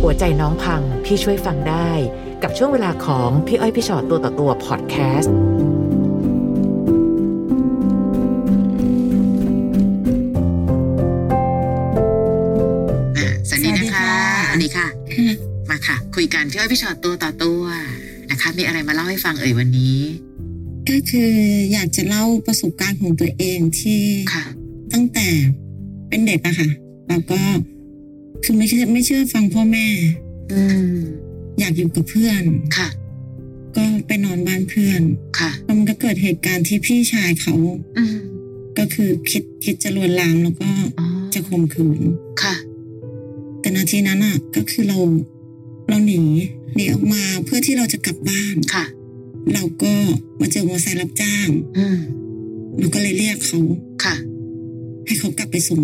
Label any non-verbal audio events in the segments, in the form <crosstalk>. หัวใจน้องพังพี่ช่วยฟังได้ กับช่วงเวลาของพี่อ้อยพี่ชอตตัวต่อตัวพอดแคสต์ อ่ะสวัสดีนะคะ สวั อัน สดี นี้ค่ะ <laughs> ค่ะ มาค่ะ คุยกันพี่อ้อยพี่ชอตตัวต่อตัวนะคะ มีอะไรมาเล่าให้ฟังเอ่ยวันนี้ ก็คืออยากจะเล่าประสบการณ์ของตัวเองที่ ค่ะ ตั้งแต่เป็นเด็กอะค่ะแล้วก็คือไม่เชื่อไม่เชื่อฟังพ่อแม่ อืม อยากอยู่กับเพื่อน ค่ะ ก็ไปนอนบ้านเพื่อน ค่ะ แล้วมันก็เกิดเหตุการณ์ที่พี่ชายเขา อืม ก็คือคิดคิดจะลวนลามแล้วก็ อ๋อ จะข่มขืน ค่ะ แต่นาทีนั้นอะก็คือเราเราหนีหนีออกมาเพื่อที่เราจะกลับบ้าน ค่ะ เราก็มาเจอมอเตอร์ไซค์รับจ้าง อืม เราก็เลยเรียกเขา ค่ะ ให้เขากลับไปส่ง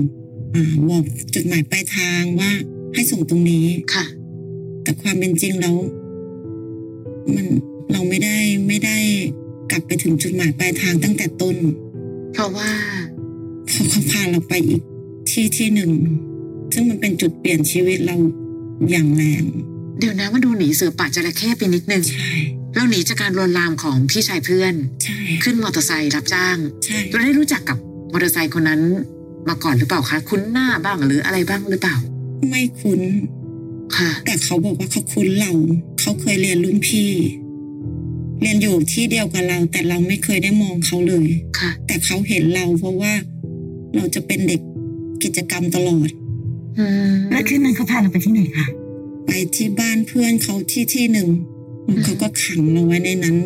อ่าบอกจุดหมายปลายทางว่าให้ส่งตรงนี้ ค่ะ แต่ความเป็นจริงแล้ว มันเราไม่ได้ไม่ได้กลับไปถึงจุดหมายปลายทางตั้งแต่ต้น เพราะว่า พอเขาพาเราไปอีกที่ที่หนึ่ง ซึ่งมันเป็นจุดเปลี่ยนชีวิตเราอย่างแรง เดี๋ยวนะมาดูหนีเสือป่าจระเข้ไปนิดนึง ใช่ เราหนีจากการลวนลามของพี่ชายเพื่อน ใช่ ขึ้นมอเตอร์ไซค์รับจ้าง ใช่ เราได้รู้จักกับมอเตอร์ไซค์คนนั้น มาก่อนหรือเปล่าคะ คุ้นหน้าบ้างหรืออะไรบ้างหรือเปล่า ไม่คุ้น ค่ะ แต่เขาบอกว่าเขาคุ้นเรา เขาเคยเรียนรุ่นพี่ เรียนอยู่ที่เดียวกับเรา แต่เราไม่เคยได้มองเขาเลย ค่ะ แต่เขาเห็นเราเพราะว่าเราจะเป็นเด็กกิจกรรมตลอด อืม แล้วคืนนั้นเขาพาเราไปที่ไหนคะ ไปที่บ้านเพื่อนเขาที่ที่หนึ่ง อืม เขาก็ขังเราไว้ในนั้น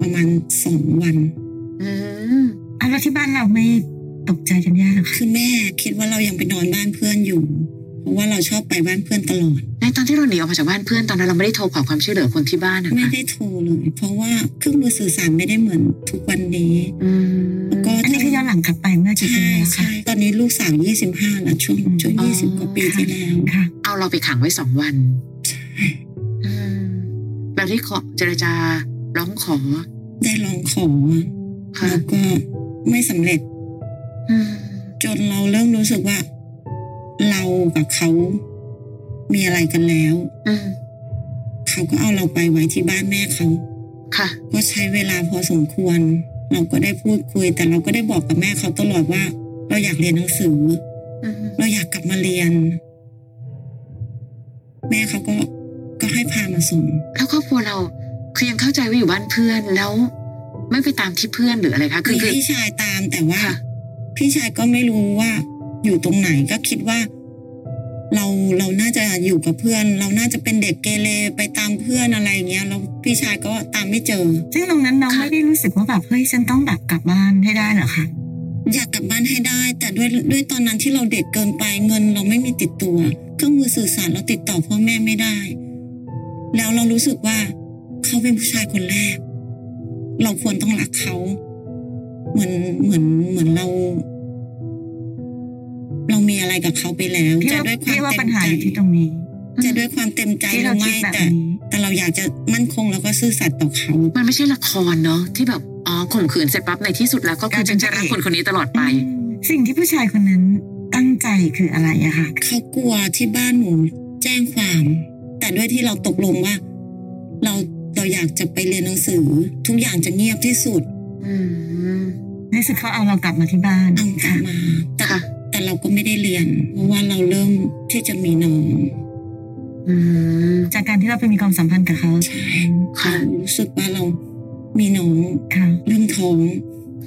ประมาณสองวัน อืม อ้าวแล้วที่บ้านเราไม่ตกใจกันยากเหรอคะ คือแม่คิดว่าเรายังไปนอนบ้านเพื่อนอยู่ เพราะว่าเราชอบไปบ้านเพื่อนตลอด ในตอนที่เราหนีออกมาจากบ้านเพื่อนตอนนั้นเราไม่ได้โทรขอความช่วยเหลือคนที่บ้านนะคะ ไม่ได้โทรเลย เพราะว่าเครื่องมือสื่อสารไม่ได้เหมือนทุกวันนี้ อืม แล้วก็ อันนี้คือย้อนหลังกลับไปเมื่อกี่ปี ใช่ แล้วคะ ใช่ตอนนี้ลูกสาวยี่สิบห้าแล้วช่วงช่วง อ๋อ ยี่สิบกว่าปีที่แล้ว ค่ะ เอาเราไปขังไว้สองวันอืมเราได้ขอเจรจาร้องขอ ได้ลองขอ ค่ะ แล้วก็ไม่สำเร็จ อืม จนเราเริ่มรู้สึกว่า เรากับเขามีอะไรกันแล้ว อืม เขาก็เอาเราไปไว้ที่บ้านแม่เขา ค่ะ ก็ใช้เวลาพอสมควร เราก็ได้พูดคุย แต่เราก็ได้บอกกับแม่เขาตลอดว่า เราอยากเรียนหนังสือ อืม เราอยากกลับมาเรียน แม่เขาก็ก็ให้พามาส่ง แล้วครอบครัวเราคือยังเข้าใจว่าอยู่บ้านเพื่อนแล้ว ไม่ไปตามที่เพื่อนหรืออะไรคะคื มี อคือ พี่ชายตามแต่ว่า ค่ะ พี่ชายก็ไม่รู้ว่า อยู่ตรงไหนก็คิดว่า เราเราน่าจะอยู่กับเพื่อน เราน่าจะเป็นเด็กเกเรไปตามเพื่อนอะไรอย่างเงี้ยแล้วพี่ชายก็ตามไม่เจอ ซึ่งตรงนั้นน้อง ค่ะ ไม่ได้รู้สึกว่าแบบเฮ้ยฉันต้องแบบกลับบ้านให้ได้เหรอคะ อยากกลับบ้านให้ได้ แต่ด้วยด้วยตอนนั้นที่เราเด็กเกินไปเงิน เราไม่มีติดตัว เครื่องมือสื่อสารเราติดต่อพ่อแม่ไม่ได้ แล้วเรารู้สึกว่า เขาเป็นผู้ชายคนแรก เราควรต้องรักเขา เหมือนเหมือนเหมือนเรา เรามีอะไรกับเขาไปแล้ว พี่ จะ ว่า ด้วยความ พี่ว่า เต็ ปั ม ญหา ใจ อยู่ที่ตรงนี้ จะด้วยความเต็มใจ ที่ หรื เรา อ คิ ไม่ ดแบบ แต่ นี้ แต่เราอยากจะมั่นคงแล้วก็ซื่อสัตย์ต่อเขา มันไม่ใช่ละครเนาะที่แบบอ๋อข่มขืนเสร็จปั๊บในที่สุดแล้วก็คือจะรักคนคนนี้ตลอดไป อืมสิ่งที่ผู้ชายคนนั้นตั้งใจคืออะไรอะคะ เขากลัวที่บ้านหนูแจ้งความ แต่ด้วยที่เราตกลงว่า เราเราอยากจะไปเรียนหนังสือ ทุกอย่างจะเงียบที่สุด อืม ในสุดเขาเอาเรากลับมาที่บ้าน เอากลับ ค่ะ มาแต่ ค่ะ แต่เราก็ไม่ได้เรียน เพราะว่าเราเริ่มที่จะมีน้อง อืม จากการที่เราไปมีความสัมพันธ์กับเขา ใช่ ค่ะ เรารู้สึกว่าเรามีน้อง ค่ะ เริ่มท้อง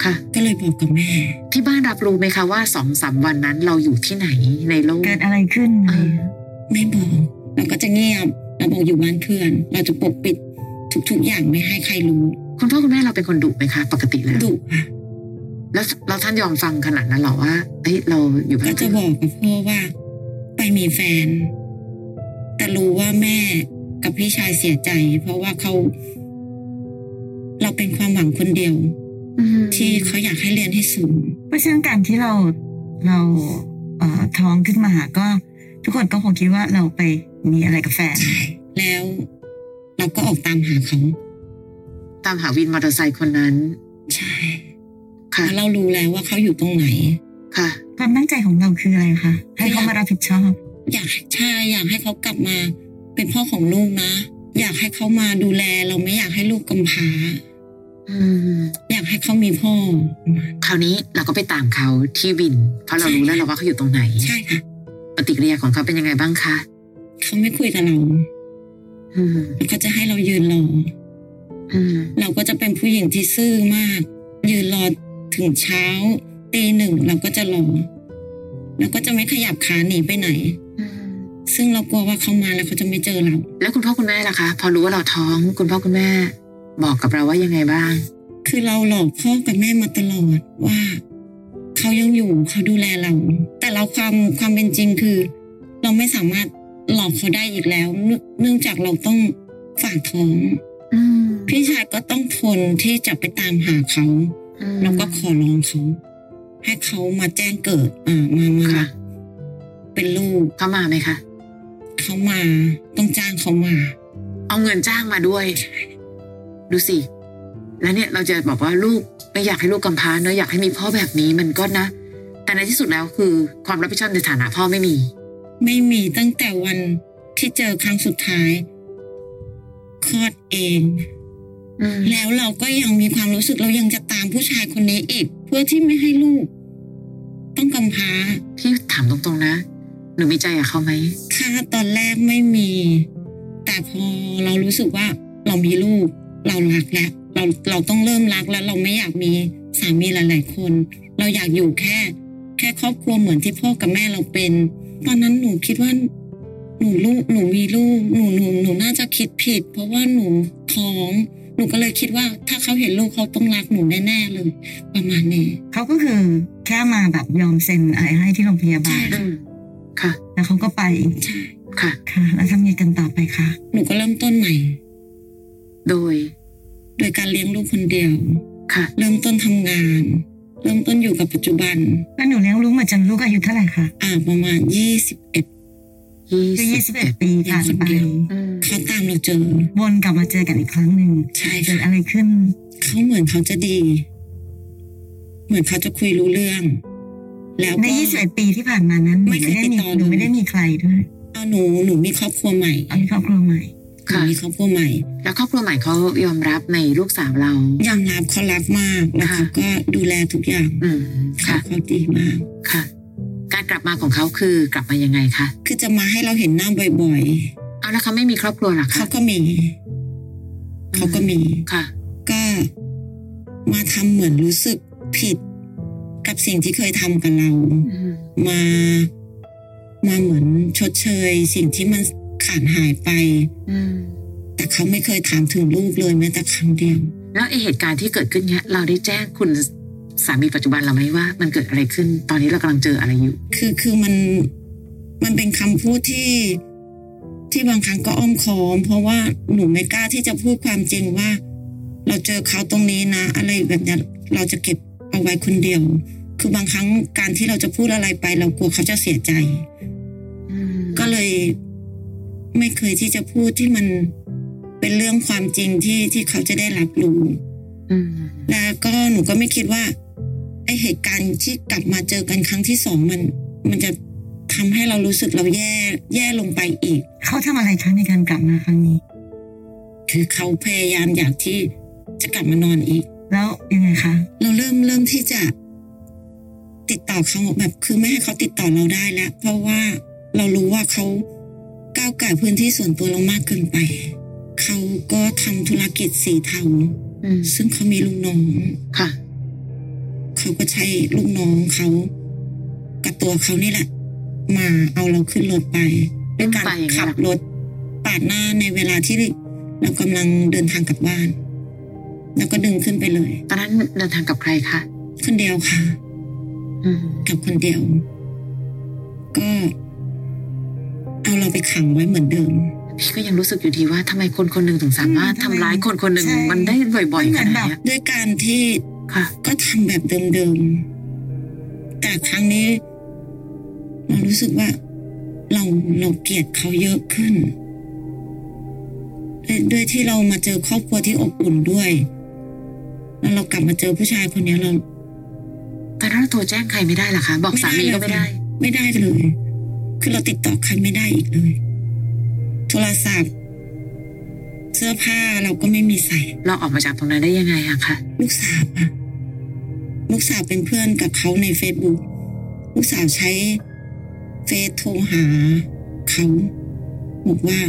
ค่ะ ก็เลยบอกกับแม่ ที่บ้านรับรู้ไหมคะว่าสองสามวันนั้นเราอยู่ที่ไหนในโลก เกิดอะไรขึ้นอะไรอย่างเงี้ย ไม่บอกเราก็จะเงียบเราบอกอยู่บ้านเพื่อน เราจะปกปิดทุกๆอย่างไม่ให้ใครรู้ คุณพ่อคุณแม่เราเป็นคนดุไหมคะ ปกติแล้ว ดุค่ะ แล้วเราท่านยอมฟังขนาดนั้นเหรอว่าเอ้ยเราอยู่ ก็ บ้าน จะบอกกับพ่อว่าไปมีแฟน แต่รู้ว่าแม่กับพี่ชายเสียใจ เพราะว่าเขา เราเป็นความหวังคนเดียว อืม ที่เขาอยากให้เรียนให้สูง เพราะฉะนั้นการที่เราเราเอ่อท้องขึ้นมาก็ ทุกคนก็คงคิดว่าเราไปมีอะไรกับแฟน ใช่ แล้วเราก็ออกตามหาเขา ตามหาวินมอเตอร์ไซค์คนนั้น ใช่ ค่ะ แล้วเรารู้แล้วว่าเขาอยู่ตรงไหน ค่ะ ความตั้งใจของเราคืออะไรคะให้เขามารับผิดชอบ อยากใช่อยากให้เขากลับมา เป็นพ่อของลูกนะ อยากให้เขามาดูแล เราไม่อยากให้ลูกกำพร้า อืม อยากให้เขามีพ่อ คราวนี้เราก็ไปตามเขาที่วิน เพราะเรารู้แล้วเราว่าเขาอยู่ตรงไหน ใช่ค่ะ ปฏิกิริยาของเขาเป็นยังไงบ้างคะ เขาไม่คุยกับเรา อืม แล้วเขาจะให้เรายืนรอ อืม เราก็จะเป็นผู้หญิงที่ซื่อมาก ยืนรอถึงเช้าตีหนึ่งเราก็จะรอแล้วก็จะไม่ขยับขาหนีไปไหน อืม ซึ่งเรากลัวว่าเขามาแล้วเขาจะไม่เจอเรา แล้วคุณพ่อคุณแม่ล่ะคะ พอรู้ว่าเราท้อง คุณพ่อคุณแม่ บอกกับเราว่ายังไงบ้าง คือเราหลอกพ่อกับแม่มาตลอดว่าเขายังอยู่เขาดูแลเรา แต่เราความความเป็นจริงคือ เราไม่สามารถหลอกเขาได้อีกแล้วเนื่องเนื่องจากเราต้องฝากท้อง อืม พี่ชายก็ต้องทนที่จะไปตามหาเขาแล้วก็ขอร้องเขาให้เขามาแจ้งเกิด อ่ามามา ค่ะ เป็นลูก เขามาไหมคะ เขามาต้องจ้างเขามา เอาเงินจ้างมาด้วย ดูสิ แล้วเนี่ยเราจะบอกว่าลูกไม่อยากให้ลูกกำพร้าเนอะอยากให้มีพ่อแบบนี้มันก็นะ แต่ในที่สุดแล้วคือความรับผิดชอบในฐานะพ่อไม่มี ไม่มีตั้งแต่วันที่เจอครั้งสุดท้ายคลอดเอง อืม แล้วเราก็ยังมีความรู้สึกเรายังจะตามผู้ชายคนนี้อีก เพื่อที่ไม่ให้ลูก ต้องกำพร้า พี่ถามตรงๆนะ หนูมีใจกับเขาไหม ค่าตอนแรกไม่มี แต่พอเรารู้สึกว่า เรามีลูก เรารักแล้วเราเราต้องเริ่มรักแล้ว เราไม่อยากมีสามีหลาย ๆ คน เราอยากอยู่แค่ แค่ครอบครัวเหมือนที่พ่อกับแม่เราเป็น ตอนนั้นหนูคิดว่า หนูลูกหนูมีลูกหนูหนูหนูน่าจะคิดผิด เพราะว่าหนูท้อง หนูก็เลยคิดว่า ถ้าเขาเห็นลูกเขาต้องรักหนูแน่ๆเลย ประมาณนี้ เขาก็คือแค่มาแบบยอมเซ็นอะไรให้ที่โรงพยาบาล ใช่ อืมค่ะ แล้วเขาก็ไป ใช่ ค่ะ ค่ะ แล้วทำยังไงกันต่อไปคะ หนูก็เริ่มต้นใหม่ โดย โดยการเลี้ยงลูกคนเดียว ค่ะ เริ่มต้นทำงาน เริ่มต้นอยู่กับปัจจุบัน แล้วหนูเลี้ยงลูกมาจนลูกอายุเท่าไหร่คะ อ่าประมาณยี่สิบเอ็ด ยี่ คือ สิ ยี่ บ สิบ เอ็ เอ็ ด ดปีผ่านไป เลี้ยงคนเดียว อืม เขาตามเราเจอ วนกลับมาเจอกันอีกครั้งหนึ่ง ใช่ เกิ ค่ะ ดอะไรขึ้น เขาเหมือนเขาจะดี เหมือนเขาจะคุยรู้เรื่อง แล้ว ใน ก็ ยี่สิบเอ็ดปีที่ผ่านมานั้นหนู ไม่ ไม่ เคย ได้มี ติดต่อ หนู เลย ไม่ได้มีใครด้วย เอาหนูหนูมีครอบครัวใหม่ ตอนนี้ครอบครัวใหม่ หนูมีครอบครัวใหม่ แล้วครอบครัวใหม่เขายอมรับในลูกสาวเรา ยอมรับเขารักมากแล้วเขา ค่ะ ก็ดูแลทุกอย่าง อืม เขา ค่ะ เขาดีมาก ค่ะ การกลับมาของเขาคือกลับมายังไงคะ คือจะมาให้เราเห็นหน้าบ่อย เอาแล้วเขาไม่มีครอบครัวเหรอ ๆ คะ เขาก็มี เขาก็มี ค่ะ ก็มาทำเหมือนรู้สึกผิดกับสิ่งที่เคยทำกับเรา อืม มามาเหมือนชดเชย สิ่งที่มันขาดหายไป อืม แต่เขาไม่เคยถามถึงลูกเลยแม้แต่ครั้งเดียว แล้วไอเหตุการณ์ที่เกิดขึ้นเนี้ย เราได้แจ้งคุณสามีปัจจุบันเราไหมว่า มันเกิดอะไรขึ้น ตอนนี้เรากำลังเจออะไรอยู่ คือคือมันมันเป็นคำพูดที่ที่บางครั้งก็อ้อมค้อม เพราะว่าหนูไม่กล้าที่จะพูดความจริงว่า เราเจอเขาตรงนี้นะ อะไรแบบเนี้ยเราจะเก็บเอาไว้คนเดียว คือบางครั้งการที่เราจะพูดอะไรไป เรากลัวเขาจะเสียใจ ก็เลยไม่เคยที่จะพูดที่มันเป็นเรื่องความจริงที่ที่เขาจะได้รับรู้ อืม แล้วก็หนูก็ไม่คิดว่าไอเหตุการณ์ที่กลับมาเจอกันครั้งที่สองมัน มันจะทำให้เรารู้สึกเราแย่แย่ลงไปอีก เขาทำอะไรคะในการกลับมาครั้งนี้ คือเขาพยายามอยากที่จะกลับมานอนอีก แล้วยังไงคะ เราเริ่มเริ่มที่จะติดต่อเขาแบบ คือไม่ให้เขาติดต่อเราได้แล้ว เพราะว่าเรารู้ว่าเขาก้าวไก่ายพื้นที่ส่วนตัวเรามากเกินไป เขาก็ทำธุรกิจสีเทา อืม ซึ่งเขามีลูกน้อง ค่ะ เขาก็ใช้ลูกน้องเขากับตัวเขานี่แหละ มาเอาเราขึ้นรถไปด้วยการ ไปอย่างเงี้ย ขับรถปาดหน้าในเวลาที่เรากำลังเดินทางกลับบ้าน แล้วก็ดึงขึ้นไปเลย ตอนนั้นเดินทางกับใครคะ คนเดียวค่ะ อืม กับคนเดียว ก็เอาเราไปขังไว้เหมือนเดิม พี่ก็ยังรู้สึกอยู่ดีว่าทำไมคนคนหนึ่งถึงสามารถ อืม ทำ ทำไม ร้ายคนคนหนึ่ง ใช่ มันได้บ่อยๆขนาดเนี้ย ด้วยการที่ ค่ะ ก็ทำแบบเดิมๆ แต่ครั้งนี้เรารู้สึกว่าเราเราเกลียดเขาเยอะขึ้นด้วยด้วยที่เรามาเจอครอบครัวที่อบอุ่นด้วย แล้วเรากลับมาเจอผู้ชายคนเนี้ยเรา ตอนนั้นเราโทรแจ้งใครไม่ได้เหรอคะ บอกสามีก็ไม่ได้ ไม่ได้เลย คือเราติดต่อใครไม่ได้อีกเลย โทรศัพท์ เสื้อผ้าเราก็ไม่มีใส่ เราออกมาจากตรงนั้นได้ยังไงอะคะ ลูกสาวอะลูกสาวเป็นเพื่อนกับเขาใน Facebook ลูกสาวใช้เฟซโทรหาเขาบอกว่า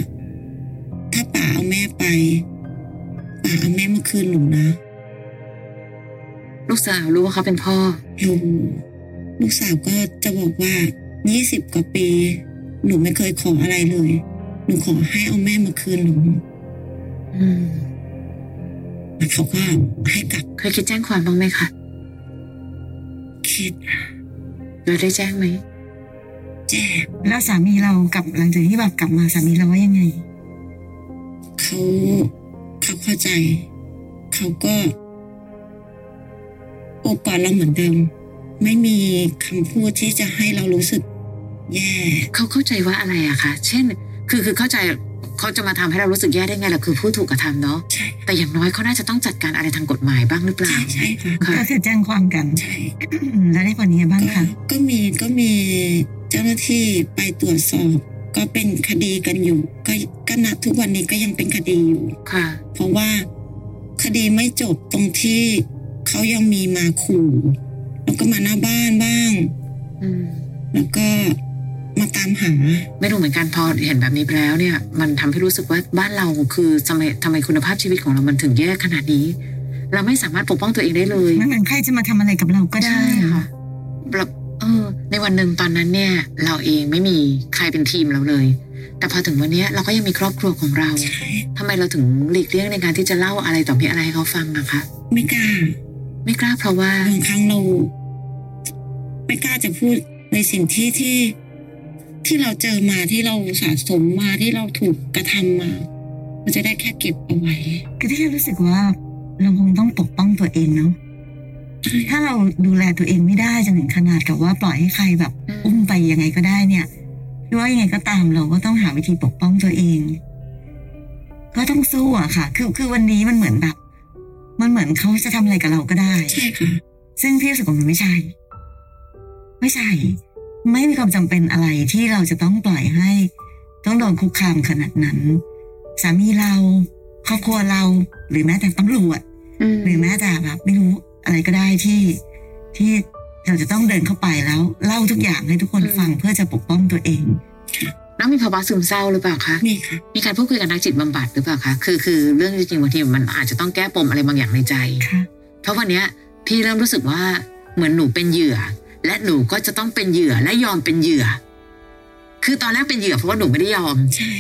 ถ้าป่าเอาแม่ไปป่าเอาแม่มาคืนหนูนะ ลูกสาวรู้ว่าเขาเป็นพ่อ ลูกลูกสาวก็จะบอกว่ายี่สิบกว่าปี หนูไม่เคยขออะไรเลย หนูขอให้เอาแม่มาคืนหนู อืม แล้วเขาก็ให้กลับ เคยคิดแจ้งความบ้างไหมคะ คิด เราได้แจ้งไหม แจ้ง แล้วสามีเรากลับหลังจากที่แบบกลับมาสามีเราว่ายังไง เขาเขาเข้าใจ เขาก็โอบกอดเราเหมือนเดิม ไม่มีคำพูดที่จะให้เรารู้สึก แย่ เขาเข้าใจว่าอะไรอะคะเช่น คือคือเข้าใจเขาจะมาทำให้เรารู้สึกแย่ได้ไงล่ะคือผู้ถูกกระทำเนาะ ใช่ แต่อย่างน้อยเขาน่าจะต้องจัดการอะไรทางกฎหมายบ้างหรือเปล่า ใช่ใช่ค่ะ ค่ะ ก็คือแจ้งความกัน ใช่ แล้วได้ผลยังไงบ้าง ก็ คะ ก็มีก็มีเจ้าหน้าที่ไปตรวจสอบ ก็เป็นคดีกันอยู่ ก็ก็ณทุกวันนี้ก็ยังเป็นคดีอยู่ ค่ะ เพราะว่าคดีไม่จบตรงที่เขายังมีมาขู่แล้วก็มาหน้าบ้านบ้าง อืม แล้วก็มาตามหา ไม่รู้เหมือนกันพอเห็นแบบนี้แล้วเนี่ย มันทำให้รู้สึกว่าบ้านเราคือทำไมทำไมคุณภาพชีวิตของเรามันถึงแย่ขนาดนี้ เราไม่สามารถปกป้องตัวเองได้เลย ไม่เหมือนใครจะมาทำอะไรกับเราก็ได้ ค่ะแบบเออ ในวันหนึ่งตอนนั้นเนี่ย เราเองไม่มีใครเป็นทีมเราเลย แต่พอถึงวันเนี้ยเราก็ยังมีครอบครัวของเรา ใช่ ทำไมเราถึงหลีกเลี่ยงในการที่จะเล่าอะไรต่อมีอะไรให้เขาฟังอะคะ ไม่กล้า ไม่กล้าเพราะว่า บางครั้งเรา ไม่กล้าจะพูดในสิ่งที่ที่ที่เราเจอมาที่เราสะสมมาที่เราถูกกระทำมาเราจะได้แค่เก็บเอาไว้ คือที่เรารู้สึกว่าเราคงต้องปกป้องตัวเองเนาะ ถ้าเราดูแลตัวเองไม่ได้จนถึงขนาดกับว่าปล่อยให้ใครแบบ อุ้มไปยังไงก็ได้เนี่ยหรือว่ายังไงก็ตามเราก็ต้องหาวิธีปกป้องตัวเอง ก็ต้องสู้อะค่ะ คือคือวันนี้มันเหมือนแบบ มันเหมือนเขาจะทำอะไรกับเราก็ได้ ใช่ค่ะ ซึ่งพี่รู้สึกว่ามันไม่ใช่ ไม่ใช่ ไม่มีความจำเป็นอะไรที่เราจะต้องปล่อยให้ ต้องโดนคุกคามขนาดนั้น สามีเราครอบครัวเรา หรือแม้แต่ตำรวจ หรือแม้แต่แบบไม่รู้อะไรก็ได้ที่ที่เราจะต้องเดินเข้าไปแล้ว เล่าทุกอย่างให้ทุกคนฟังเพื่อจะปกป้องตัวเอง น้องมีภาวะซึมเศร้าหรือเปล่าคะ นี่ค่ะ มีการพูดคุยกับนักจิตบำบัดหรือเปล่าคะคือคือเรื่องจริงๆบางทีมันอาจจะต้องแก้ปมอะไรบางอย่างในใจ ค่ะ เพราะวันเนี้ยพี่เริ่มรู้สึกว่าเหมือนหนูเป็นเหยื่อ และหนูก็จะต้องเป็นเหยื่อและยอมเป็นเหยื่อ คือตอนแรกเป็นเหยื่อเพราะว่าหนูไม่ได้ยอม ใช่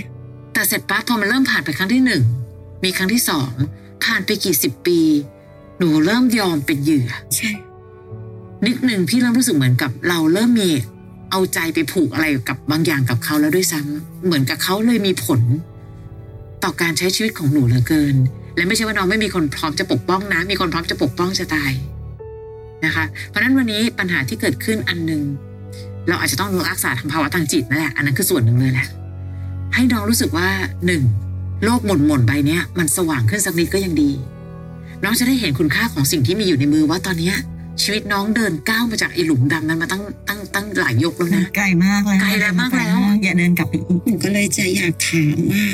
แต่เสร็จปั๊บพอมันเริ่มผ่านไปครั้งที่หนึ่งมีครั้งที่สองผ่านไปกี่สิบปี หนูเริ่มยอมเป็นเหยื่อ ใช่ นิดหนึ่งพี่เริ่มรู้สึกเหมือนกับเราเริ่มมีเอาใจไปผูกอะไรกับบางอย่างกับเขาแล้วด้วยซ้ำเหมือนกับเขาเลยมีผล ต่อการใช้ชีวิตของหนูเหลือเกิน และไม่ใช่ว่าน้องไม่มีคนพร้อมจะปกป้องนะ มีคนพร้อมจะปกป้องจะตายนะคะ เพราะฉะนั้นวันนี้ปัญหาที่เกิดขึ้นอันหนึ่งเราอาจจะต้องรักษาทางภาวะทางจิตนั่นแหละอันนั้นคือส่วนหนึ่งเลยแหละให้น้องรู้สึกว่าหนึ่งโลกหม่นหม่นๆใบเนี้ย มันสว่างขึ้นสักนิดก็ยังดี น้องจะได้เห็นคุณค่าของสิ่งที่มีอยู่ในมือว่าตอนเนี้ย ชีวิตน้องเดินก้าวมาจากไอ้หลุมดำนั้นมาตั้งตั้งตั้งหลายยกแล้วนะ ไกลมากแล้ว ไกลแล้วมากแล้ว อย่าเดินกลับไปอีก หนูก็เลยจะอยากถามว่า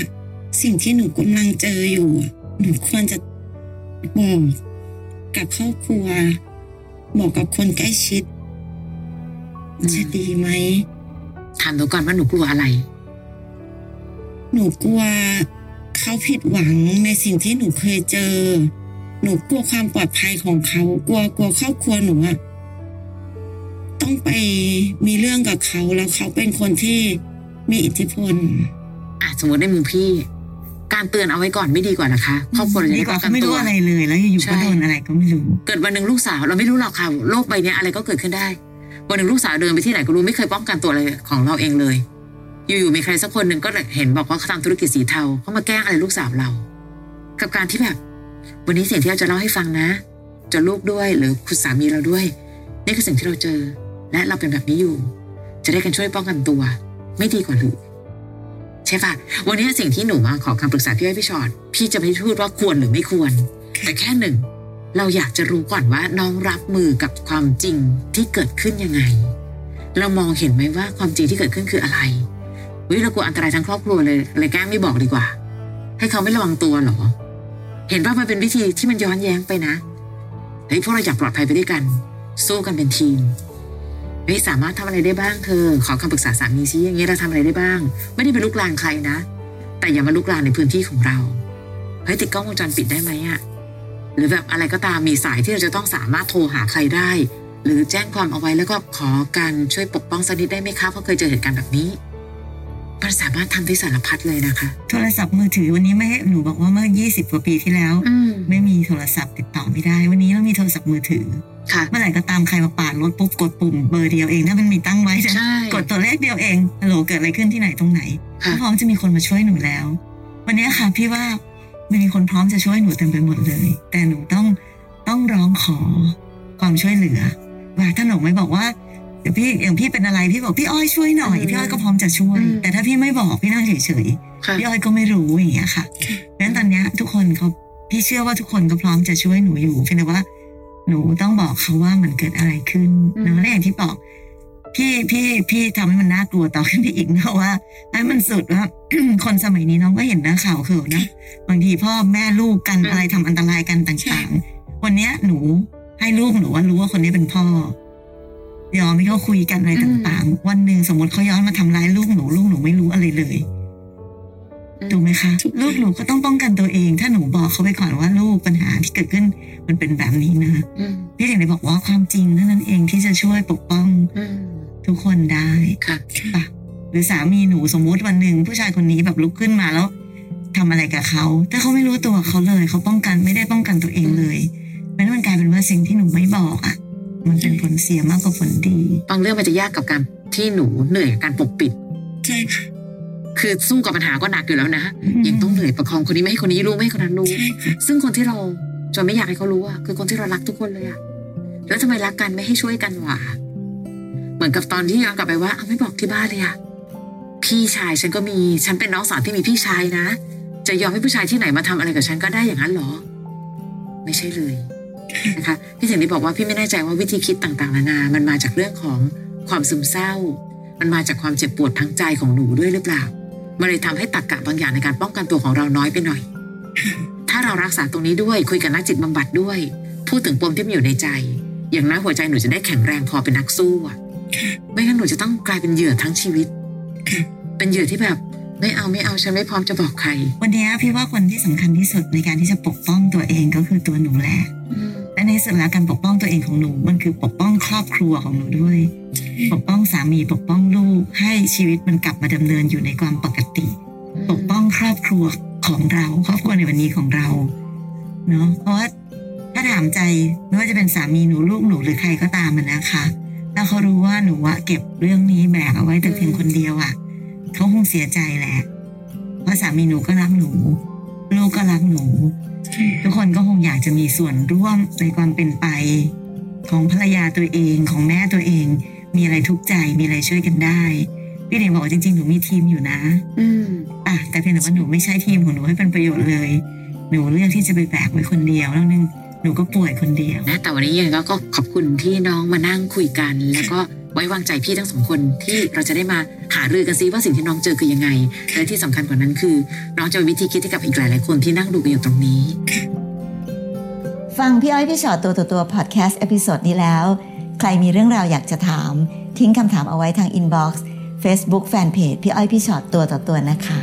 สิ่งที่หนูกำลังเจออยู่อะหนูควรจะบอกกับครอบครัว บอกกับคนใกล้ชิดจะดีไหม ถามหนูก่อนว่าหนูกลัวอะไร หนูกลัวเขาผิดหวังในสิ่งที่หนูเคยเจอ หนูกลัวความปลอดภัยของเขา กลัวกลัวครอบครัวหนูอะต้องไปมีเรื่องกับเขาแล้วเขาเป็นคนที่มีอิทธิพล อ่ะสมมติในมุมพี่ การเตือนเอาไว้ก่อนไม่ดีกว่านะคะครอบครัวเราจะ ดี ได้ ก ป้อ ว่าง กั เขา น ไม่ ตั รู้ ว อะไรเลย แล้วอยู่ๆก็ ใช่ โดนอะไรก็ไม่รู้ เกิดวันหนึ่งลูกสาวเราไม่รู้หรอกค่ะโลกใบเนี้ยอะไรก็เกิดขึ้นได้ วันหนึ่งลูกสาวเดินไปที่ไหนก็รู้ไม่เคยป้องกันตัวอะไรของเราเองเลย อยู่ๆมีใครสักคนหนึ่งก็เห็นบอกว่าเขาทำธุรกิจสีเทาเขามาแกล้งอะไรลูกสาวเรา กับการที่แบบ วันนี้สิ่งที่เราจะเล่าให้ฟังนะจะลูกด้วยหรือคุณสามีเราด้วย นี่คือสิ่งที่เราเจอ และเราเป็นแบบนี้อยู่ จะได้กันช่วยป้องกันตัว ไม่ดีกว่าหรือใช่ปะวันนี้สิ่งที่หนูมาขอคำปรึกษาพี่อ้อยพี่ชอตพี่จะไม่พูดว่าควรหรือไม่ควร แต่แค่หนึ่ง เราอยากจะรู้ก่อนว่าน้องรับมือกับความจริงที่เกิดขึ้นยังไง เรามองเห็นไหมว่าความจริงที่เกิดขึ้นคืออะไร เฮ้ยเรากลัวอันตรายทั้งครอบครัวเลยเลยแกล้งไม่บอกดีกว่า ให้เขาไม่ระวังตัวเหรอ เห็นว่ามันเป็นวิธีที่มันย้อนแย้งไปนะเฮ้ยพวกเราอยากปลอดภัยไปด้วยกัน สู้กันเป็นทีมเฮ้ยสามารถทำอะไรได้บ้างเธอขอคำปรึกษาสามีซิอย่างเงี้ยเราทำอะไรได้บ้าง ไม่ได้ไปลุกลานใครนะ แต่อย่ามาลุกลานในพื้นที่ของเราเฮ้ยติดกล้องวงจรปิดได้ไหมอะหรือแบบอะไรก็ตามมีสายที่เราจะต้องสามารถโทรหาใครได้ หรือแจ้งความเอาไว้แล้วก็ขอการช่วยปกป้องสักนิดได้ไหมคะเพราะเคยเจอเหตุการณ์แบบนี้มันสามารถทำได้สารพัดเลยนะคะ โทรศัพท์มือถือวันนี้ไม่ให้หนูบอกว่าเมื่อ 20 กว่าปีที่แล้ว อืม ไม่มีโทรศัพท์ติดต่อไม่ได้ วันนี้เรามีโทรศัพท์มือถือ ค่ะ เมื่อไหร่ก็ตามใครมาปาดรถปุ๊บกดปุ่มเบอร์เดียวเองถ้ามันมีตั้งไว้นะ ใช่ กดตัวเลขเดียวเองฮัลโหลเกิดอะไรขึ้นที่ไหนตรงไหน ค่ะ ก็พร้อมจะมีคนมาช่วยหนูแล้ว วันนี้ค่ะพี่ว่ามันมีคนพร้อมจะช่วยหนูเต็มไปหมดเลย แต่หนูต้องต้องร้องขอความช่วยเหลือว่าถ้าหนูไม่บอกว่าเดี๋ยวพี่อย่างพี่เป็นอะไรพี่บอกพี่อ้อยช่วยหน่อย อืม พี่อ้อยก็พร้อมจะช่วย อืม แต่ถ้าพี่ไม่บอกพี่นั่งเฉยๆ ค่ะ พี่อ้อยก็ไม่รู้อย่างเงี้ยค่ะ ค่ะ เพราะฉะนั้นตอนเนี้ยทุกคนเขาพี่เชื่อว่าทุกคนก็พร้อมจะช่วยหนูอยู่เพียงแต่ว่า หนูต้องบอกเขาว่ามันเกิดอะไรขึ้น อืม เนอะและอย่างที่บอก พี่พี่พี่ทำให้มันน่ากลัวต่อขึ้นไปอีกนะว่าให้มันสุดว่า <clears throat> คนสมัยนี้น้องก็เห็นนะข่าวคือนะบางทีพ่อแม่ลูกกันอะไรทำอันตรายกันต่างๆ วันเนี้ยหนูให้ลูกหนูว่ารู้ว่าคนนี้เป็นพ่อ ยอมให้เขาคุยกันอะไรต่างๆ วันหนึ่งสมมติเขาย้อนมาทำร้ายลูกหนูลูกหนูไม่รู้อะไรเลย ถูกไหมคะ ถูกค่ะ ลูกหนูก็ต้องป้องกันตัวเอง ถ้าหนูบอกเขาไปก่อนว่าลูกปัญหาที่เกิดขึ้นมันเป็นแบบนี้นะ อืม พี่ถึงได้บอกว่าความจริงเท่านั้นเองที่จะช่วยปกป้อง อืม ทุกคนได้ ค่ะ หรือสามีหนูสมมุติวันหนึ่งผู้ชายคนนี้แบบลุกขึ้นมาแล้วทำอะไรกับเขาแต่เขาไม่รู้ตัวเขาเลยเขาป้องกันไม่ได้ป้องกันตัวเองเลยเพราะฉะนั้นมันกลายเป็นว่าสิ่งที่หนูไม่บอกอ่ะ มันเป็นผลเสียมากกว่าผลดี บางเรื่องมันจะยากกับการที่หนูเหนื่อยกับการปกปิด ใช่ค่ะ คือสู้กับปัญหาก็หนักอยู่แล้วนะ ยังต้องเหนื่อยประคองคนนี้ไม่ให้คนนี้รู้ไม่ให้คนนั้นรู้ ใช่ค่ะ ซึ่งคนที่เราจะไม่อยากให้เขารู้อะคือคนที่เรารักทุกคนเลยอะแล้วทำไมรักกันไม่ให้ช่วยกันหวะเหมือนกับตอนที่ย้อนกลับไปว่าเอาไม่บอกที่บ้านเลยอะพี่ชายฉันก็มีฉันเป็นน้องสาวที่มีพี่ชายนะ จะยอมให้ผู้ชายที่ไหนมาทำอะไรกับฉันก็ได้อย่างนั้นเหรอ ไม่ใช่เลยนะคะพี่ถึงได้บอกว่าพี่ไม่แน่ใจว่าวิธีคิดต่างๆนานา มันมาจากเรื่องของความซึมเศร้า มันมาจากความเจ็บปวดทางใจของหนูด้วยหรือเปล่ามันเลยทำให้ตรรกะบางอย่างในการป้องกันตัวของเราน้อยไปหน่อย <laughs> ถ้าเรารักษาตรงนี้ด้วยคุยกับนักจิตบำบัดด้วย พูดถึงปมที่มันอยู่ในใจ อย่างน้อยหัวใจหนูจะได้แข็งแรงพอเป็นนักสู้อะ <laughs> ค่ะ ไม่งั้นหนูจะต้องกลายเป็นเหยื่อทั้งชีวิต <laughs> ค่ะ เป็นเหยื่อที่แบบ ไม่เอาไม่เอาฉันไม่พร้อมจะบอกใคร วันเนี้ยพี่ว่าคนที่สำคัญที่สุดในการที่จะปกป้องตัวเองก็คือตัวหนูแหละ อืม และในที่สุดแล้วการปกป้องตัวเองของหนูมันคือปกป้องครอบครัวของหนูด้วย ปกป้องสามีปกป้องลูกให้ชีวิตมันกลับมาดำเนินอยู่ในความปกติ ปกป้องครอบครัวของเราครอบครัวในวันนี้ของเราเนาะเพราะว่าถ้าถามใจไม่ว่าจะเป็นสามีหนูลูกหนูหรือใครก็ตามมันนะคะ ถ้าเขารู้ว่าหนูอะเก็บเรื่องนี้แบกเอาไว้แต่เพียงคนเดียวอะเขาคงเสียใจแหละเพราะสามีหนูก็รักหนู ลูกก็รักหนู ใช่ ทุกคนก็คงอยากจะมีส่วนร่วมในความเป็นไป ของภรรยาตัวเองของแม่ตัวเอง มีอะไรทุกข์ใจมีอะไรช่วยกันได้ พี่เด่นบอกว่าจริงๆหนูมีทีมอยู่นะ อืม嗯 อ่ะแต่เพียงแต่ว่าหนูไม่ใช่ทีมของหนูให้เป็นประโยชน์เลย หนูเลือกที่จะไปแบกไว้คนเดียวแล้วนึงหนูก็ป่วยคนเดียว นะแต่วันนี้ยังไงก็ก็ขอบคุณที่น้องมานั่งคุยกัน แล้วก็ไว้วางใจพี่ทั้งสองคนที่เราจะได้มาหารือกันซิว่าสิ่งที่น้องเจอคือยังไงและที่สำคัญกว่านั้นคือ น้องจะมีวิธีคิดให้กับอีกหลายๆคนที่นั่งดูกันอยู่ตรงนี้ ฟังพี่อ้อยพี่ชอตตัวต่อตัวพอดแคสต์เอพิโซดนี้แล้ว ใครมีเรื่องราวอยากจะถาม ทิ้งคำถามเอาไว้ทางอินบ็อกซ์เฟซบุ๊กแฟนเพจพี่อ้อยพี่ชอตตัวต่อตัวนะคะ